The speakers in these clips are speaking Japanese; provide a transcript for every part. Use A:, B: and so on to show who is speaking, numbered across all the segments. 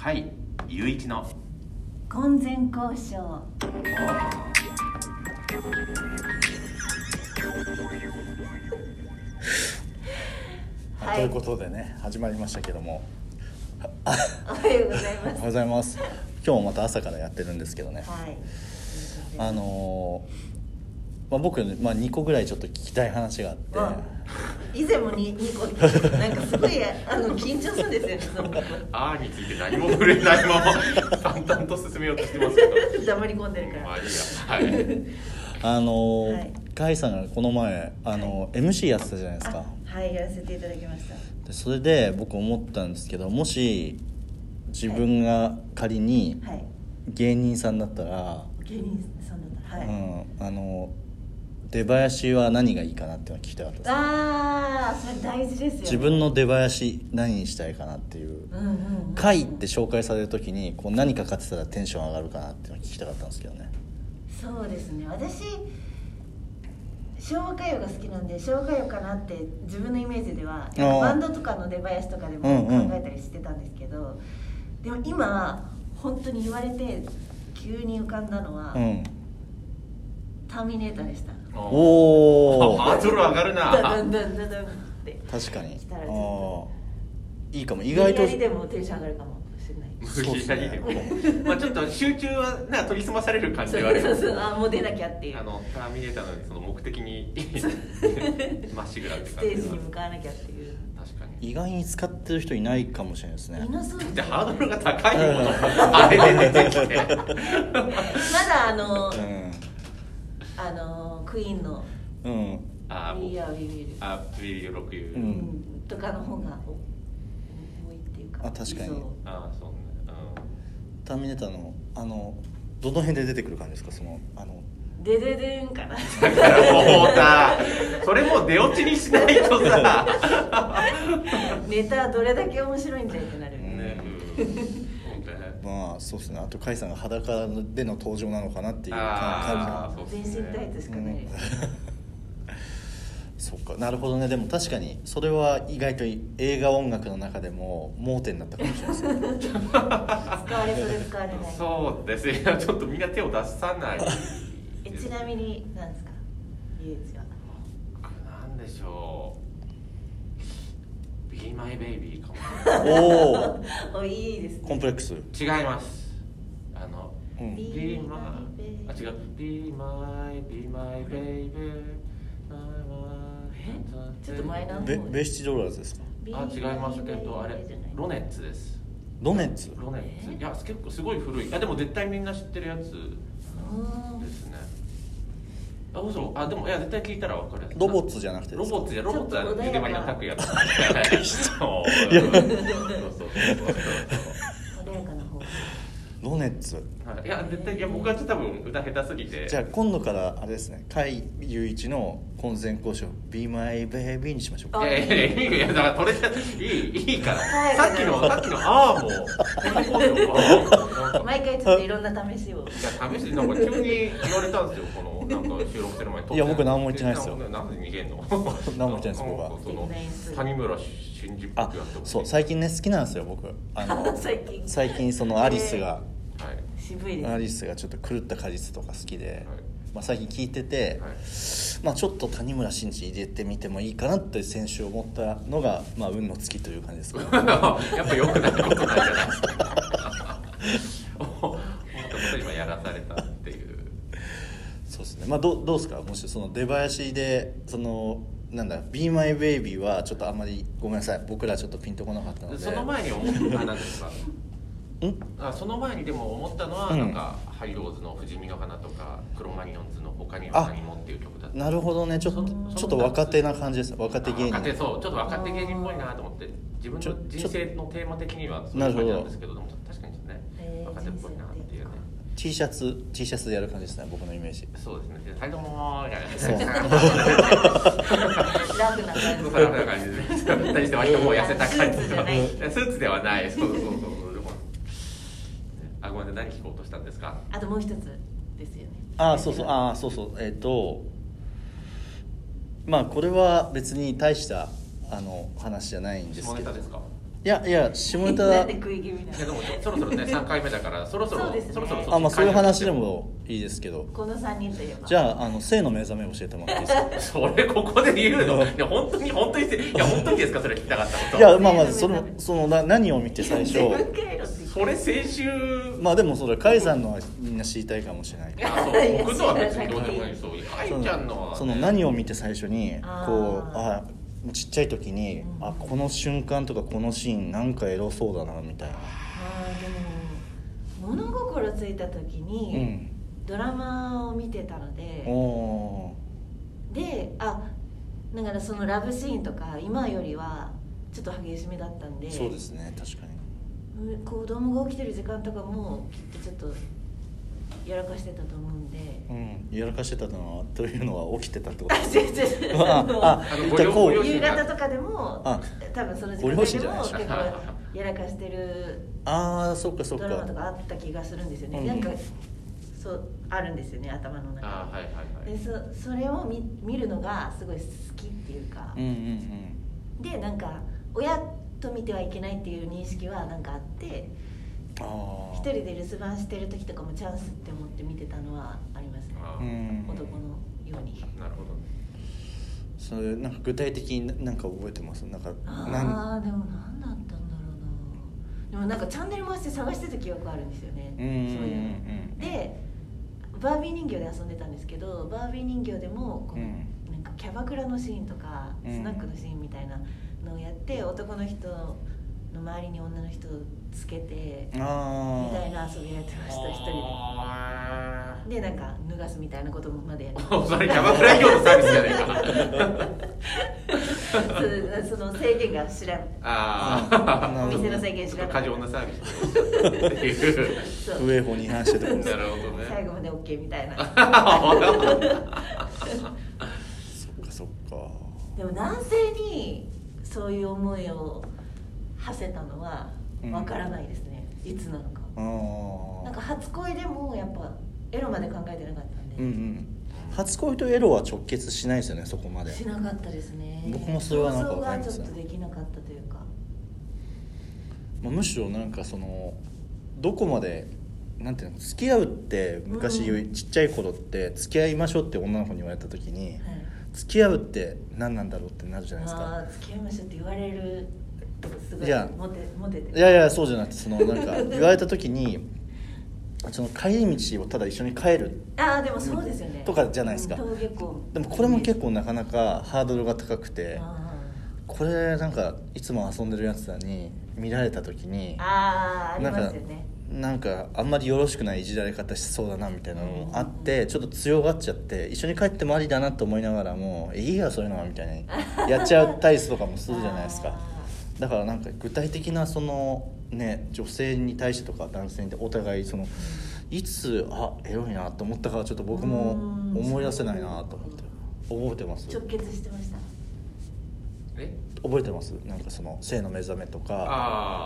A: はいゆういちの
B: 婚前交渉はい
C: ということでね始まりましたけども
B: おはようござい
C: おは
B: ま
C: よう
B: す
C: ございます今日もまた朝からやってるんですけどね
B: はい
C: あのーまあ、僕、まあ、2個ぐらいちょっと聞きたい話があって、
B: うん以前もに2個なんかすごいあの緊張するんですよ ね
A: 「あ」について何も触れないまま淡々と進めようとしてますけど
B: その黙り込んでるか
A: ま
B: ら
A: あいいやはい
C: あのー
B: はい
C: 甲斐さんがこの前、あのー MC やってたじゃないですか
B: あはいやらせていただきました
C: でそれで僕思ったんですけどもし自分が仮に
B: はい
C: 芸人さんだったら、
B: 芸人さんだったはい、
C: うん、あのー出囃子は何がいいかなっていうのは聞きたかったです
B: ああそれ大事ですよ、ね、
C: 自分の出囃子何にしたいかなっていう
B: うんうんうん、
C: 回って紹介される時にこう何か勝ってたらテンション上がるかなっていうのを聞きたかったんですけどね
B: そうですね私昭和歌謡が好きなんで昭和歌謡かなって自分のイメージでは
C: あー
B: バンドとかの出囃子とかでも
C: うんうん
B: 考えたりしてたんですけど、でも今本当に言われて急に浮かんだのは、
C: うん
B: ターミネーターでした
A: お
C: お
A: ハ
C: お
A: ードル上がる
B: ダダ
A: な
B: ンダンダダンって
C: 確かに
B: 来たらち
C: あ
B: ょ
C: ーいいかも
B: っと
C: 意外と
B: 無理やりでもテンション上がるかもしれない
A: 無
C: そうっ
A: 理
C: す
A: や
C: ね
A: りでも、まあちょっと集中はな研ぎ澄まされる感じはあり
B: そ
A: ま
B: うそ
A: す
B: うそうあもう出なきゃっていう
A: あのターミネーターのその目的 にまっしぐらって
B: ス
A: 感じ
B: テー
A: が
B: ジに向かわなきゃっていう
A: 確かに
C: 意外に使ってる人いないかもしれないですね
B: いなそうです
A: で
B: ね
A: ハードルが高いもの あれで出てきて
B: まだあの
C: う
B: あのクイーンの
C: んうん
A: あ
B: 「
A: もう
B: We Are We Will」
A: あウィリュー6ユ
C: う
A: ー
C: ん
B: とかの方がお多いっていうか
C: あ確かに
B: そう
A: あそうね
C: ターミネーターのあのどの辺で出てくる感じですかそのあの
B: でででん かな
A: うんだからもうさそれもう出落ちにしないとさ
B: ネタどれだけ面白いんじゃいってなる、
A: ねうんそうね
C: まあそうですねあと甲斐さんが裸での登場なのかなっていう
A: あ
C: 感
A: ーそうっすね
B: 全身タイツし
C: じ
B: か
C: が
B: ない、
C: うん そっかなるほどねでも確かにそれは意外と映画音楽の中でも盲点だったかもしれない ですね
B: 使われそうで使われない
A: そうですねちょっとみんな手を出さない
B: えちなみになんですかゆうい ちは
A: なんでしょう「Be My Baby」かも
C: おお
B: おいいです
C: コン
B: ね
C: プレックス、
A: 違いますあの
C: う
A: 「
C: ん、
B: Be
A: Be
B: My
A: My」
B: Baby
A: あ違う「Be My Be My Baby」
B: えちょっとマイナー
C: ベベシティドロラーズですか
A: あ違いますえっとあれロネッツです
C: ロネッツ
A: ロネッツ
B: え
A: いや結構すごい古いあでも絶対みんな知ってるやつ
B: うん
A: ですねあ嘘あでもいや絶対聞いたらわかるやつ
C: ロボッツじゃなくてで
A: ロ
C: すか
A: ボッツやロボッツは
B: ちょっと穏や
A: ジュデマ
B: か
A: リの拓也だそうそうそう
B: 穏やかな方
C: ロネッツ
A: はいいや絶対いや僕はちょっと多分歌下手すぎて
C: じゃあ今度からあれですね甲斐雄一の婚前交渉「Be My Baby」にしましょうか
A: いやいやいやいやいやだからそれじゃいいいいから
B: はい
A: さっきのさっきのああ もうなんか
B: 毎回ちょっといろんな試しを
A: いや試してなんか急に言われたんですよこのなんか収録する前に
C: いや僕何も言ってないですよ
A: なんで逃げんの
C: 何も言ってないです僕は
A: その谷村新司っぽ
C: あ
A: くやってほしい
C: そう最近ね好きなんですよ僕あ の
B: 最近
C: 最近そのアリスが、
A: はい
B: 渋いですね
C: アリスがちょっと狂った果実とか好きで、
A: はい
C: まあ、最近聞いてて、
A: はい
C: まあ、ちょっと谷村新司入れてみてもいいかなって先週思ったのが、まあ、運の尽きという感じですか ね
A: やっぱ良くないこと ないじゃないですか。 もっともっと今やらされたっていう。
C: そうですねまあどうどうですかもしその出囃子でそのなんだ「BeMyBaby」はちょっとあんまりごめんなさい僕らちょっとピンとこなかったの で
A: その前に思ったあなんですか。
C: ん
A: あその前にでも思ったのは、
C: うん
A: なんかハイローズの「不死身の花」とか「クロマニオンズの「他に
C: あ
A: は何も」っていう曲だった。
C: なるほどねちょっと
A: その
C: ちょっと若手な感じです若手芸
A: あ若手
C: 人
A: そうちょっと若手芸人っぽいなと思って自分
C: ちょ
A: の人生のテーマ的にはそうい
C: な
A: う
C: る
A: 感
C: ほど
A: じなんですけどでも確かにね
B: へー
A: 若手っぽいなっていうね
C: T シャツ T シャツでやる感じですね僕のイメージ
A: そうですね「はいどうも」みたいな
C: そう
A: スーツサラダ
B: ラフな感じ
A: な感じで対して割ともう痩せた感じ
B: スーツじ
A: の
B: ゃない
A: スーツではないそうそうそうそうでもあごめんなさい何聞こうとしたんですか
B: あともう一つですよね
C: ああそうそうああそうそうえっ、とまあこれは別に大したあの話じゃないんです
A: 下
C: け
A: ネ
C: ど
A: タですか
C: いやいや下ネ
B: なん
C: タ
B: で食い気味なの
A: いやでもそろそろね3回目だからそろそろ
B: そうですね
A: ろそろ
C: あまあそういう話で
A: も
C: もいいですけど
B: この3人といえば
C: じゃああの性の目覚め教えてもらっていいですか
A: それここで言うのいや本当に本当にいや本当にですかそれ聞きたかったこと
C: いやまあまあそのそのな何を見て最初
B: 自分からやろうって言って
A: それ先週
C: まあでもそれ甲斐さんのはみんな知りたいかもしれないけど
A: あそう僕のは別にどうでもいいそうアイちゃんのは
C: その何を見て最初に
B: あー
C: こうあちっちゃい時にあこの瞬間とかこのシーンなんかエロそうだなみたいな
B: あーでも物心ついた時
C: う
B: に、
C: ん
B: ドラマを見てたの
C: お
B: で
C: お
B: であだからそのラブシーンとか今よりはちょっと激しめだったんで
C: ーそうですね確かに
B: うん子供が起きてる時間とかもきっとちょっとやらかしてたと思うんで、
C: うんやらかしてたのはというのは起きてたってこ
B: あ
C: と
B: 違う違う
C: ああ
A: あの
C: 一体こ
A: ご両
C: う
A: 親
B: 夕方とかでも
C: あ
B: 多分その時
C: ご
B: 間
C: 両親
B: 帯
C: じ
B: で
C: ゃない
B: も
C: でし
B: 結
C: ょ
B: 構やらかしてる
C: ああそっかそ
B: ド
C: っか
B: ラマとかあった気がするんですよね、
C: うん
B: なんかそうあるんですよね頭の中
A: あはいはいはい
B: でそそれを見見るのがすごい好きっていうか
C: うん、うんうん
B: でなんか親と見てはいけないっていう認識はなんかあって
C: ああ
B: 一人で留守番してる時とかもチャンスって思って見てたのはありますね
A: あ
C: うん
B: 男のように
A: なるほどね
C: それなんか具体的にななんか覚えてますなんかなん
B: ああでも何だったんだろうなでもなんかチャンネル回して探してた記憶あるんですよね
C: うんうんうん
B: そういう
C: うん
B: のでバービー人形で遊んでたんですけどバービー人形でもこの
C: うん
B: なんかキャバクラのシーンとか
C: うん
B: スナックのシーンみたいなのをやって男の人の周りに女の人をつけてみ
C: あ
B: たい
C: ー
B: な遊びやってました一人
A: あ
B: ででなんか脱がすみたいなことまでやって
A: ー それキャバクラ業のサービスじゃねえか
B: そその制限が知らん
A: あ
C: な
A: あ
C: るほ ど
B: お店の制限知らん
A: 過剰なサービスっていう
B: そう
C: 不衛法に違反してたこと
A: なるほどね
B: 最後まで OK みたいな
C: そっかそっか
B: でも男性にそういう思いを馳せたのは
C: うん
B: わからないですね、いつなのか
C: ああ
B: なんか初恋でもやっぱエロまで考えてなかったんで、
C: うんうん初恋とエロは直結しないですよねそこまで
B: しなかったですね
C: 僕もそれはなんかわかりますね
B: 想像がちょっとできなかったというか
C: まあ、むしろなんかそのどこまでなんていうの付き合うって昔、
B: うん
C: ちっちゃい頃って付き合いましょうって女の子に言われた時
B: は
C: に、
B: い
C: 付き合うって何なんだろうってなるじゃないです
B: あ
C: か
B: あー付き合いましょうって言われるすごい
C: いや
B: モテモテて
C: いやいやそうじゃなくてそのな んか言われた時にその帰り道をただ一緒に帰る
B: ああでもそうですよね
C: とかじゃないですか
B: 登下校
C: でもこれも結構なかなかハードルが高くて
B: あ
C: これなんかいつも遊んでるやつらに見られた時
B: ー
C: に
B: あーあり
C: なん
B: ま
C: か
B: すよね
C: なんかあんまりよろしくないいじられ方しそうだなみたいなのもあってちょっと強がっちゃって一緒に帰ってもありだなと思いながらもいいやそういうのはみたいにやっちゃうタイプとかもするじゃないですか
B: あ
C: だからなんか具体的なそのね女性に対してとか男性にお互いそのいつあエロいなと思ったかはちょっと僕も思い出せないなと思って覚えてます
B: ー直結してました
A: え
C: 覚えてますなんかその性の目覚めとか
A: あ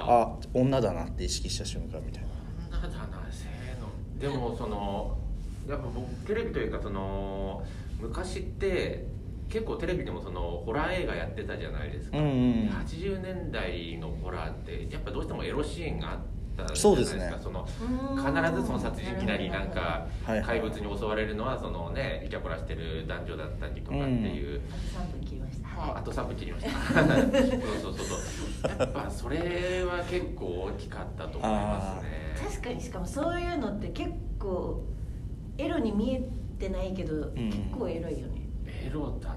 A: あ
C: あ女だなって意識した瞬間みたいな
A: 女だなせーのでもそのやっぱ僕テレビというかその昔って結構テレビでもそのホラー映画やってたじゃないですか、
C: うんうん
A: 80年代のホラーってやっぱどうしてもエロシーンがあったじゃないですか
C: そうですね
A: その
B: うん
A: 必ずその殺人鬼なりなんか
C: はいはい
A: 怪物に襲われるのはそのねイチャコラしてる男女だったりとかっていう、
B: あと3分切りました
A: あ
B: は
A: あと3分切りました そうそうそうそうやっぱそれは結構大きかったと思います
B: い
A: ね
B: 確かにしかもそういうのって結構エロに見えてないけど、結構エロいよね
A: エロだった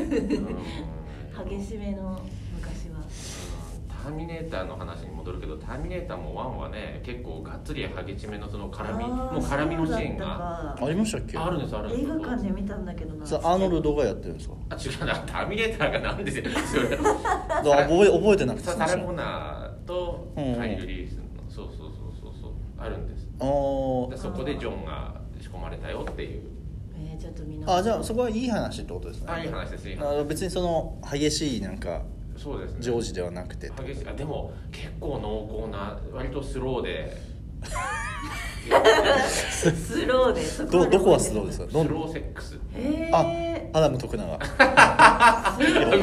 A: ね、うん
B: 激しめの昔は
A: ターミネーターの話に戻るけどターミネーターも1はね結構がっつり激しめのその絡み
B: あ
A: もう絡みのシーンが
B: そうだった
C: ありましたっけ
A: あるんですある
B: か
A: んです
B: 映画館で見たんだけどな
C: それアーノルドがやってるんですか
A: あ違うなターミネーターがなんですよそれ
C: だから覚え覚えてなくて
A: サ
C: その
A: サ
C: シ
A: ラ
C: ー
A: コ
C: ンあ
A: ナーとカイル・リースの、そうそうそうそうそうあるんですで
C: ー
A: そこでジョンが仕込まれたよっていう
B: えー、ちょっと見な
C: あじゃあそこはいい話ってことですね
A: あいい話ですいい話
C: あの別にその激しいなんか
A: そうですね
C: 常時ではなくて
A: 激しいあでも結構濃厚な割とスローで
B: スローでそこま
C: ど
B: で
C: どこはスローですかど
A: ス
C: ん
A: ローセックス
B: えー、
C: あアダム 徳永
A: ごめん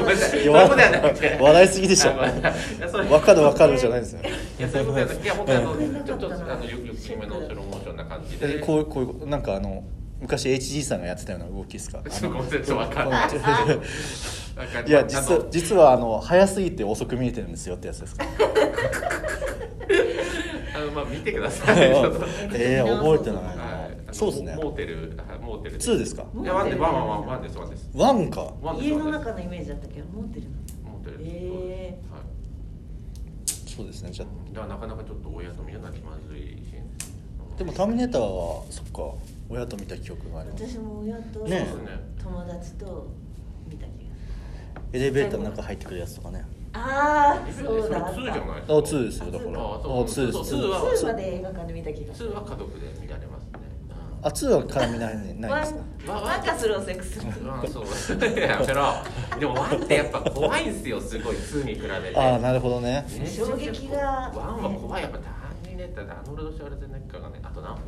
A: なさい
C: 弱
A: そういうことではなくて
C: 笑いすぎでしょ
A: あごめんなさいいやそういう
C: 分かる分かるじゃないですよ
A: いやそういうことじゃなくていや本当にあ
B: ええ
A: のちょっとあのよよく決めのスローモーションな感じ
C: え
A: で
C: こうこういうなんかあの昔 HG さんがやってたような動きで すか
A: ちょっとごめんなさいちょっと分かんないなんか
C: いや
A: まあ
C: 実
A: あ
C: は
A: の
C: 実はあの早すぎて遅く見えてるんですよってや つですか
A: あのまあ見てくださいちょっと
C: えー、覚えてないな
A: はいあの
C: そうですね
A: モーテルはいモーテル
C: 2ですか
A: いやワンでワンワンワンワンですワンです
C: ワンか
A: ワンです
B: 家の
A: ワンです
B: 中のイメージだったけど持ってる
A: モーテルです
B: え
A: は
C: そうですねじゃあ
A: いだからなかなかちょっとお休みじゃな気まずいし
C: でも「ターミネーター」はそっか親と見た記憶があります
B: 私も親と
C: ね
A: そうですね
B: 友達と見た気が
C: エレベーターの中入ってくるやつとかね
B: ああ
A: え
B: そうだあ
A: そ
B: っ
A: れ2じゃ
B: た
A: ない
C: あ
A: ですか
C: 2ですよだから
A: あ
C: あ
A: そう
C: 2です
A: そうそう
B: 2まで映画館で見た気が
A: 普通は家族で見られますね。
C: あ2は絡みないないん
B: ワ
C: ですか
B: ンワンかスローセックス
A: うん、そう。 やめろ。でもワンってやっぱ怖いんすよ、すごい2に比べて。
C: ああなるほどね
A: めちゃくちゃ
B: 衝撃が
A: ワンは怖い、やっぱターミネーターでアーノルド・シュワルツェネッカーがね、あと何分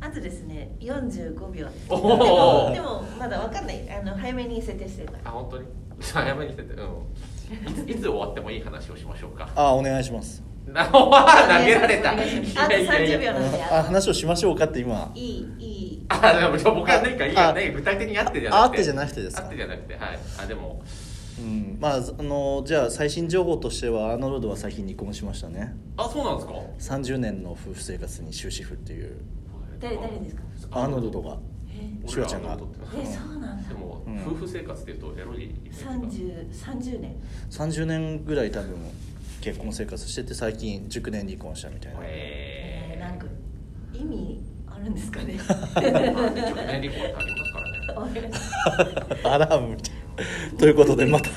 B: あとですね45秒ですで
A: お
B: も
A: お
B: でもまだわかんないあの早めに設定してるか
A: あ、
B: ら
A: 本当に早めにしてて、うん。いついつ終わってもいい話をしましょう か。
C: ああお願いします
A: なお投げられた。
B: お願いします
A: いやいやいや
B: あと30秒なんで
C: あ話をしましょうかって今
B: いいいい
A: あ、でもじゃあ僕は何かいい
C: あ
A: よね、具体的にあってじゃなくて。
C: あってじゃなくてですか
A: あってじゃなくて、はい。あ、でも、
C: うんまああのじゃあ最新情報としてはアーノルドは最近離婚しましたね
A: あ、そうなんですか
C: 30年の夫婦生活に終止符っていう
B: 誰誰ですか
C: アーノルドが
B: え
C: シュワちゃんが
A: 俺らアーノルドって
B: えそうなんだ
A: でも、
C: うん
A: 夫婦生活っていうとエロい
B: 3030年
C: 30年ぐらい多分結婚生活してて最近熟年離婚したみたいな
A: えー、
B: えー、なんか意味あるんです かね
A: 熟年 離婚ってありますからね
B: お願いします
C: アラームみたいなということでまた